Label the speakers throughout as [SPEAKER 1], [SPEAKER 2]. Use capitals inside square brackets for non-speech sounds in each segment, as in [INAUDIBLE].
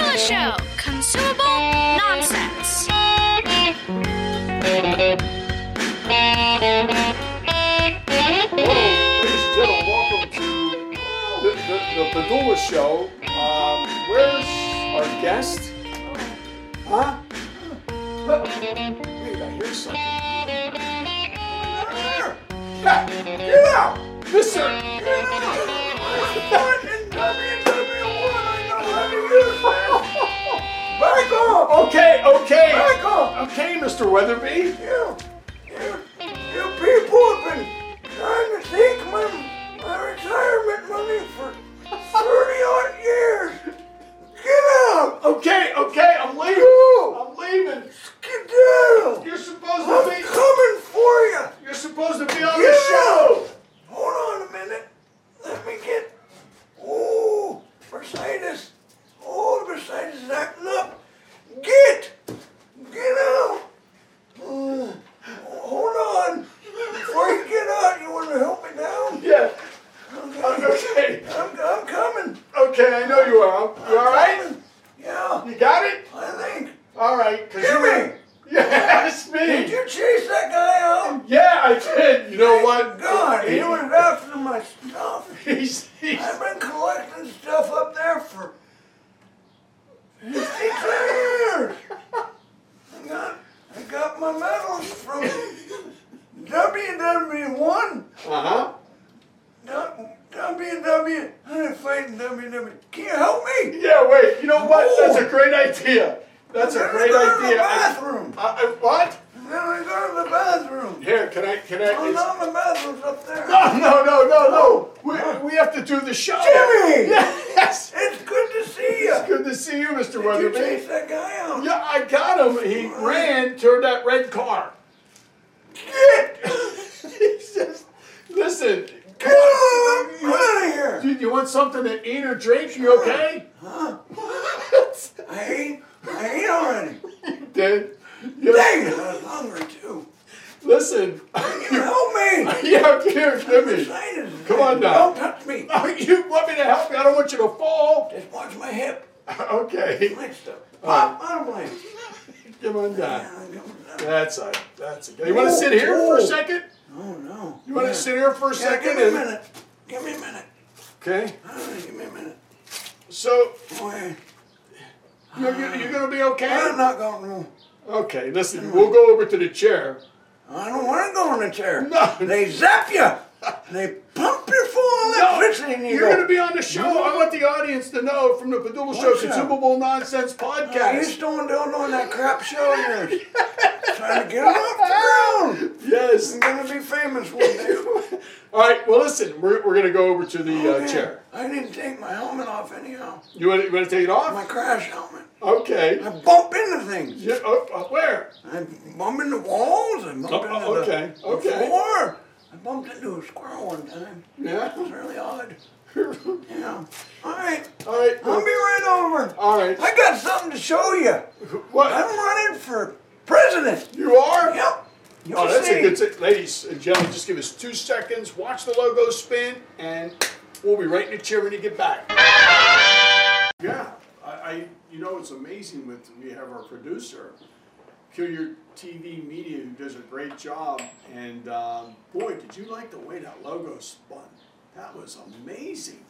[SPEAKER 1] Noah Show Consumable Nonsense.
[SPEAKER 2] Ladies and gentlemen, welcome to the, the, the Padula Show. Um, where's our guest? Huh? Wait, I hear something. Yeah, get out! Mister, get out! in Back off! Okay, okay. Back off! Okay, Mr. Weatherby. You, you, you people have been trying to take my, my retirement money for 30 odd years. Get out! Okay, okay, I'm leaving. I'm leaving. Skedaddle! You're supposed to be. I'm coming for you! You're supposed to be on the show! Hold on a minute. Let me get. Oh, bursitis. Oh, the bursitis is acting up. Get! Get out! Mm. Hold on. Before you get out, you want to help me down? Yeah. Okay. I'm, I'm coming. Okay, I know you are. You all right? Yeah. You got it? I think. All right. Jimmy! [LAUGHS] Yes, me. Did you chase that guy out? Yeah, I did. You know what? God, he was after my stuff. [LAUGHS] He's, he's... I've been collecting stuff up there for 52 years. I got, I got my medals from WW1. Uh-huh. WW, I'm fighting WW. Can you help me? Yeah, wait. You know what? That's a great idea. That's a great idea. bathroom. I, I, what? Then I go to the bathroom. Here, can I? Can I? Oh, no, the bathroom's up there. No, no, no, no, no. We, we have to do the show. Jimmy! Yes! It's good to see you. It's good to see you, Mr. Did Weatherby. You chase that guy out. Yeah, I got him. He ran toward that red car. Get! [LAUGHS] he says, listen. Get out of here! Dude, you want something to eat or drink? You okay? Huh? [LAUGHS] I ate. I ate already. You did? Dang it, I was hungry too. Listen. [LAUGHS] Can you help [LAUGHS] me? Yeah, here, Jimmy. Come on now. Don't touch me. [LAUGHS] You want me to help you? I don't want you to fall. [LAUGHS] Just watch my hip. Okay. Pop, bottom Oh, line. Come on down. That's a, that's a. You want to sit here for a second? Oh no. You want to sit here for a second? Give me a minute. Give me a minute. Okay. give me a minute. So. You're, you're, you're gonna be okay. I'm not going to. Okay, listen. We'll go over to the chair. I don't want to go in the chair. No. They zap you. They pump you full of electricity. No, you're going to be on the show. I want the audience to know from the Padula Show Consumable Nonsense podcast. He's doing doing on that crap show of yours. Trying to get him off the ground. Yes. I'm going to be famous one [LAUGHS] day. All right. Well, listen. We're, we're going to go over to the uh, chair. I didn't take my helmet off anyhow. You want to, you want to take it off? My crash helmet. Okay. I bump into things. Yeah, oh, uh, where? I bump into walls. I bump into Oh, okay. the, okay. the floor. I bumped into a squirrel one time. Yeah. [LAUGHS] It was really odd. yeah. All right. All right. I'll be right over. All right. I got something to show you. What? I'm running for president. You are? Yep. oh, that's a good thing. Ladies and gentlemen, just give us two seconds. Watch the logo spin, and we'll be right in the chair when you get back. Yeah, I, I you know it's amazing with we have our producer, Peculiar TV Media, who does a great job. And um, boy, did you like the way that logo spun? That was amazing.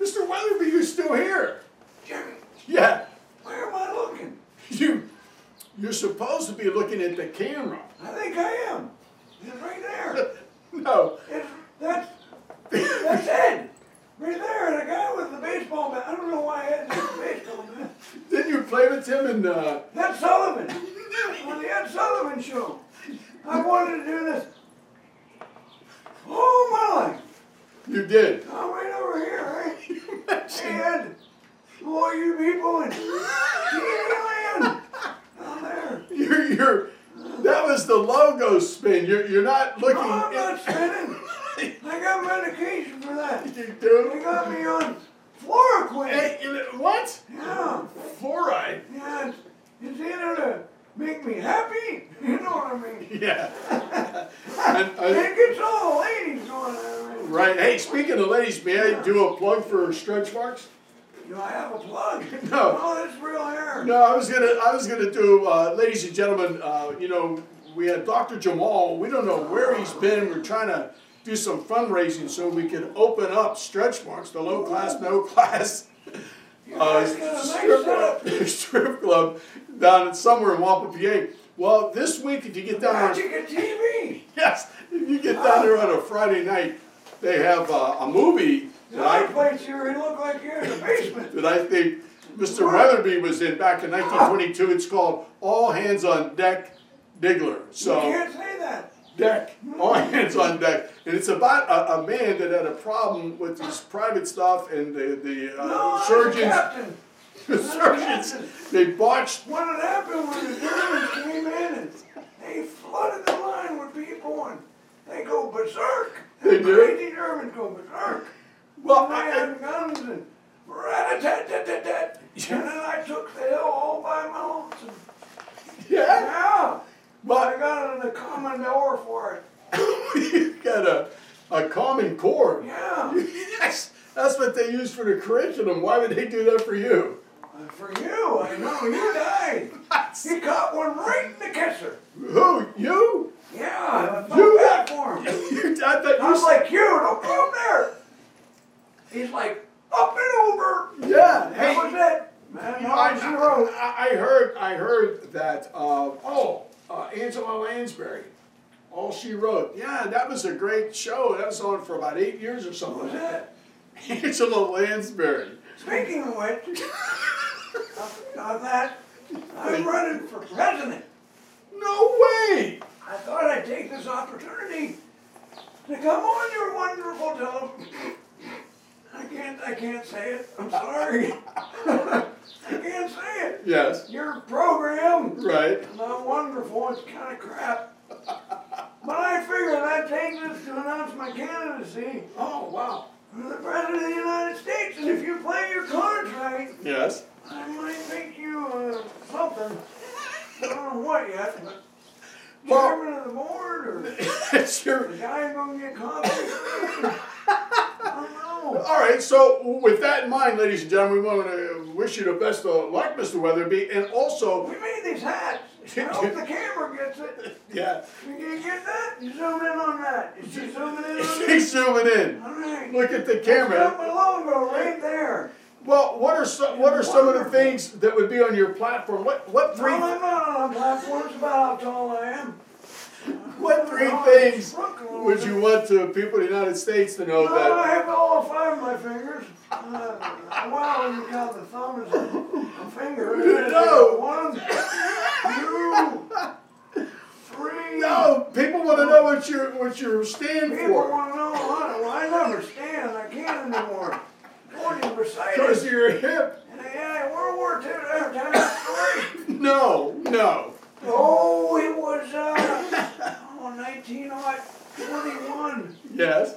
[SPEAKER 2] Mr. Weatherby, you're still here. Jerry. Yeah. [LAUGHS] Where am I looking? You, you're supposed to be looking at the camera. [LAUGHS] I think I am. It's right [LAUGHS] there. no. It's, that's that's Ed. Right there, the guy with the baseball bat. I don't know why Ed had a baseball bat. Didn't you play with him in uh Ed Sullivan. on the Ed Sullivan show. I wanted to do this all my life. You did. [LAUGHS] I'm right over here, right? hey Ed. All you people in TV land. Down there. You're you're that was the logo spin. You're you're not looking No, I'm not spinning. [LAUGHS] I got medication for that.
[SPEAKER 3] [LAUGHS]
[SPEAKER 2] You do? They got me on fluoroquine. what? Yeah. Fluoride? Yeah, it's, it's either to make me happy, you know what I mean? Yeah. [LAUGHS] and, uh, it gets all the ladies going. Right. Hey, speaking of ladies, may I do a plug for stretch marks? Do I have a plug?
[SPEAKER 3] No.
[SPEAKER 2] Oh, it's real hair.
[SPEAKER 3] No, I was gonna, I was gonna do, uh, ladies and gentlemen, uh, you know, we had Dr. Jamal. We don't know where he's been. We're trying to do some fundraising so we can open up stretch marks, the low class, no class. Uh,
[SPEAKER 2] guys got a nice
[SPEAKER 3] strip, strip club [LAUGHS] down at somewhere in Wampa, PA. Well, this week, if you get down there,
[SPEAKER 2] Magic of TV.
[SPEAKER 3] [LAUGHS] yes, if you get down there on a Friday night, they have uh, a movie
[SPEAKER 2] The
[SPEAKER 3] that
[SPEAKER 2] I
[SPEAKER 3] I
[SPEAKER 2] place you it looked like you're in the basement.
[SPEAKER 3] that I think Mr. Weatherby was in back in 1922. It's called All Hands on Deck Diggler.
[SPEAKER 2] you
[SPEAKER 3] [LAUGHS] So,
[SPEAKER 2] can't say that.
[SPEAKER 3] deck, all hands on deck. And it's about a, a man that had a problem with his private stuff and the, the uh,
[SPEAKER 2] No,
[SPEAKER 3] surgeons.
[SPEAKER 2] Captain.
[SPEAKER 3] [LAUGHS] The surgeons, they botched.
[SPEAKER 2] What had happened when the Germans came in and they flooded the line with people and they go berserk.
[SPEAKER 3] They
[SPEAKER 2] the
[SPEAKER 3] do?
[SPEAKER 2] Crazy Germans go berserk.
[SPEAKER 3] Well,
[SPEAKER 2] And they
[SPEAKER 3] I,
[SPEAKER 2] had guns and rat-a-tat-tat-tat-tat. And then I took the hill all by my lonesome.
[SPEAKER 3] I- yeah. [LAUGHS]
[SPEAKER 2] Yeah.
[SPEAKER 3] Well,
[SPEAKER 2] I got an commodore for it.
[SPEAKER 3] you got a, a common core.
[SPEAKER 2] Yeah.
[SPEAKER 3] Yes, [LAUGHS] that's what they use for the curriculum. Why would they do that for you? [LAUGHS]
[SPEAKER 2] For you, I know you died. He caught one right in the kisser.
[SPEAKER 3] Who? You? [LAUGHS]
[SPEAKER 2] Yeah, I
[SPEAKER 3] You
[SPEAKER 2] felt bad for him.
[SPEAKER 3] you I thought
[SPEAKER 2] I
[SPEAKER 3] you
[SPEAKER 2] was like, you, don't go up there. He's like, up and over.
[SPEAKER 3] Yeah. Hey,
[SPEAKER 2] That was it. Man,
[SPEAKER 3] you know,
[SPEAKER 2] that
[SPEAKER 3] I,
[SPEAKER 2] was the road.
[SPEAKER 3] I, I heard I heard that. Uh, oh, uh, Angela Lansbury, all she wrote. Yeah, that was a great show. That was on for about eight years or something.
[SPEAKER 2] That was
[SPEAKER 3] [LAUGHS]
[SPEAKER 2] it.
[SPEAKER 3] Angela Lansbury. [LAUGHS]
[SPEAKER 2] Speaking of which, of- of that, I'm running for president.
[SPEAKER 3] No way.
[SPEAKER 2] I thought I'd take this opportunity to come on your wonderful television. I can't, I can't say it. I'm sorry. I can't say it.
[SPEAKER 3] Yes.
[SPEAKER 2] Your program
[SPEAKER 3] Right.
[SPEAKER 2] is not wonderful. It's kind of crap. But I figured I'd take this to announce my candidacy
[SPEAKER 3] Oh wow.
[SPEAKER 2] for the president of the United States. And if you play your cards right,
[SPEAKER 3] Yes. [LAUGHS]
[SPEAKER 2] I might make you uh, something. I don't know what yet, but
[SPEAKER 3] Well-
[SPEAKER 2] chairman of the board or.
[SPEAKER 3] it's your.
[SPEAKER 2] The guy gonna get coffee. I don't know.
[SPEAKER 3] All right, so with that in mind, ladies and gentlemen, we want to wish you the best of luck, Mr. Weatherby, and also,
[SPEAKER 2] We made these hats. I hope the camera gets it.
[SPEAKER 3] yeah, [LAUGHS]
[SPEAKER 2] You can get that? You zoom in on that. You see zooming in on
[SPEAKER 3] keep
[SPEAKER 2] that?
[SPEAKER 3] zooming in.
[SPEAKER 2] Alright.
[SPEAKER 3] Look at the
[SPEAKER 2] Got
[SPEAKER 3] camera.
[SPEAKER 2] my logo right there.
[SPEAKER 3] Well, what are some what are some of the things that would be on your platform? What what
[SPEAKER 2] Three.
[SPEAKER 3] three
[SPEAKER 2] All I'm not on a platform. It's uh, about how tall I am.
[SPEAKER 3] what three things would you want to people in the United States to know
[SPEAKER 2] No, I
[SPEAKER 3] that?
[SPEAKER 2] have all five of my fingers. Uh, well, you count the thumb as a, a
[SPEAKER 3] [LAUGHS]
[SPEAKER 2] finger.
[SPEAKER 3] No.
[SPEAKER 2] One, two, three.
[SPEAKER 3] No, people want to know what your what you stand
[SPEAKER 2] People
[SPEAKER 3] for.
[SPEAKER 2] want to know how. Well, I never stand. I can't anymore. Going to
[SPEAKER 3] Because
[SPEAKER 2] Mercedes.
[SPEAKER 3] of your hip.
[SPEAKER 2] Yeah, World War II. Every time I story.
[SPEAKER 3] No, no.
[SPEAKER 2] Oh, it was uh, oh, 1941.
[SPEAKER 3] Yes.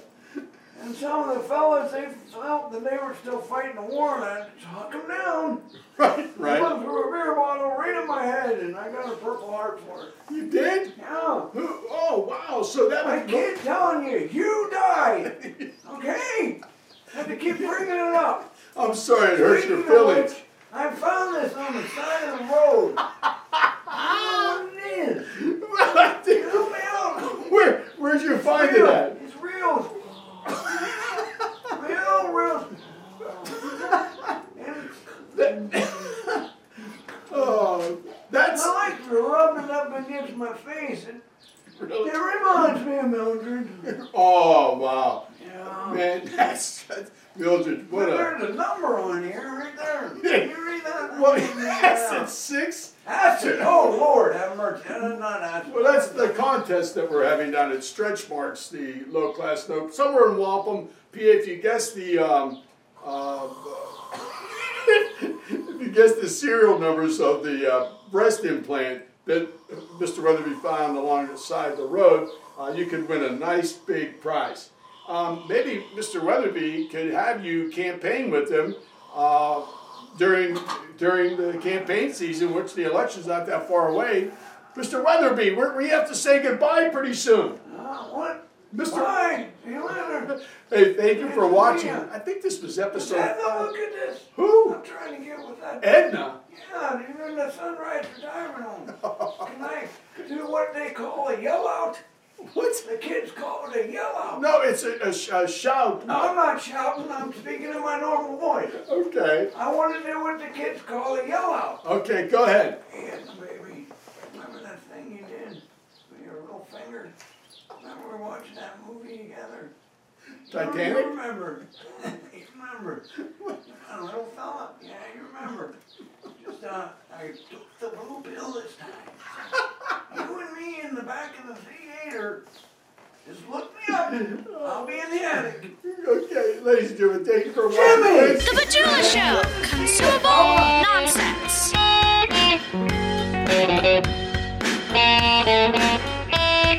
[SPEAKER 2] And some of the fellas, they felt that they were still fighting the war, and I took them down.
[SPEAKER 3] Right,
[SPEAKER 2] I
[SPEAKER 3] right.
[SPEAKER 2] threw a beer bottle right in my head, and I got a Purple Heart for it.
[SPEAKER 3] You did?
[SPEAKER 2] Yeah.
[SPEAKER 3] Who- Oh wow, so that
[SPEAKER 2] I
[SPEAKER 3] was
[SPEAKER 2] keep telling you, you died. Okay? Had to keep bringing it up.
[SPEAKER 3] I'm sorry it hurts your
[SPEAKER 2] Speaking of
[SPEAKER 3] feelings. [LAUGHS]
[SPEAKER 2] which, I found this on the side of the road. I don't know what it is. Help me out.
[SPEAKER 3] Where where'd you find it
[SPEAKER 2] Real.
[SPEAKER 3] at?
[SPEAKER 2] It's real. Real, real. And
[SPEAKER 3] [COUGHS] Oh that's
[SPEAKER 2] I like to rub it up against my face. It, it
[SPEAKER 3] really
[SPEAKER 2] reminds me of Mildred.
[SPEAKER 3] Oh wow.
[SPEAKER 2] Yeah.
[SPEAKER 3] Man, [LAUGHS] that's, that's Mildred. What
[SPEAKER 2] But
[SPEAKER 3] a
[SPEAKER 2] there's a number on here, right
[SPEAKER 3] [LAUGHS]
[SPEAKER 2] there.
[SPEAKER 3] Yeah.
[SPEAKER 2] You read that?
[SPEAKER 3] [LAUGHS] well,
[SPEAKER 2] Yeah.
[SPEAKER 3] that's at six. [LAUGHS]
[SPEAKER 2] Acid. Oh Lord, have mercy. No, not acid.
[SPEAKER 3] Well, that's the contest that we're having down at Stretch Marks, the low class note somewhere in Wampum, PA. If you guess the um, uh, [LAUGHS] if you guess the serial numbers of the uh, breast implant that Mr. Weatherby found along the side of the road, uh, you could win a nice big prize. Um, maybe Mr. Weatherby could have you campaign with him uh, during during the campaign season, which the election's not that far away. Mr. Weatherby, we're, we have to say goodbye pretty soon.
[SPEAKER 2] Uh, what?
[SPEAKER 3] Mr.
[SPEAKER 2] Why? You
[SPEAKER 3] [LAUGHS]
[SPEAKER 2] let her.
[SPEAKER 3] Hey, thank you for
[SPEAKER 2] It's
[SPEAKER 3] watching.
[SPEAKER 2] Leah.
[SPEAKER 3] I think this was episode
[SPEAKER 2] Have a
[SPEAKER 3] five.
[SPEAKER 2] look at this.
[SPEAKER 3] Who?
[SPEAKER 2] I'm trying to get with that.
[SPEAKER 3] Edna.
[SPEAKER 2] Yeah, you're in the Sunrise Retirement
[SPEAKER 3] [LAUGHS]
[SPEAKER 2] Home. Can I do what they call a yell out?
[SPEAKER 3] What?
[SPEAKER 2] The kids call it a yell out.
[SPEAKER 3] No, it's a, a, sh- a shout.
[SPEAKER 2] I'm not shouting, I'm speaking in my normal voice.
[SPEAKER 3] Okay.
[SPEAKER 2] I want to do what the kids call a yell out.
[SPEAKER 3] Okay, go ahead.
[SPEAKER 2] Yes, baby. Remember that thing you did with your little finger? Remember we watching that movie together?
[SPEAKER 3] Titanic?
[SPEAKER 2] You remember. [LAUGHS] you remember. A little fella. Yeah, you remember. Just, uh, I took the blue pill this time. you and me in the back of the theater. Just look me up. I'll be in the attic.
[SPEAKER 3] Okay, ladies and gentlemen, thank you for watching.
[SPEAKER 2] Jimmy!
[SPEAKER 1] The Bajula Show. Consumable nonsense. [LAUGHS]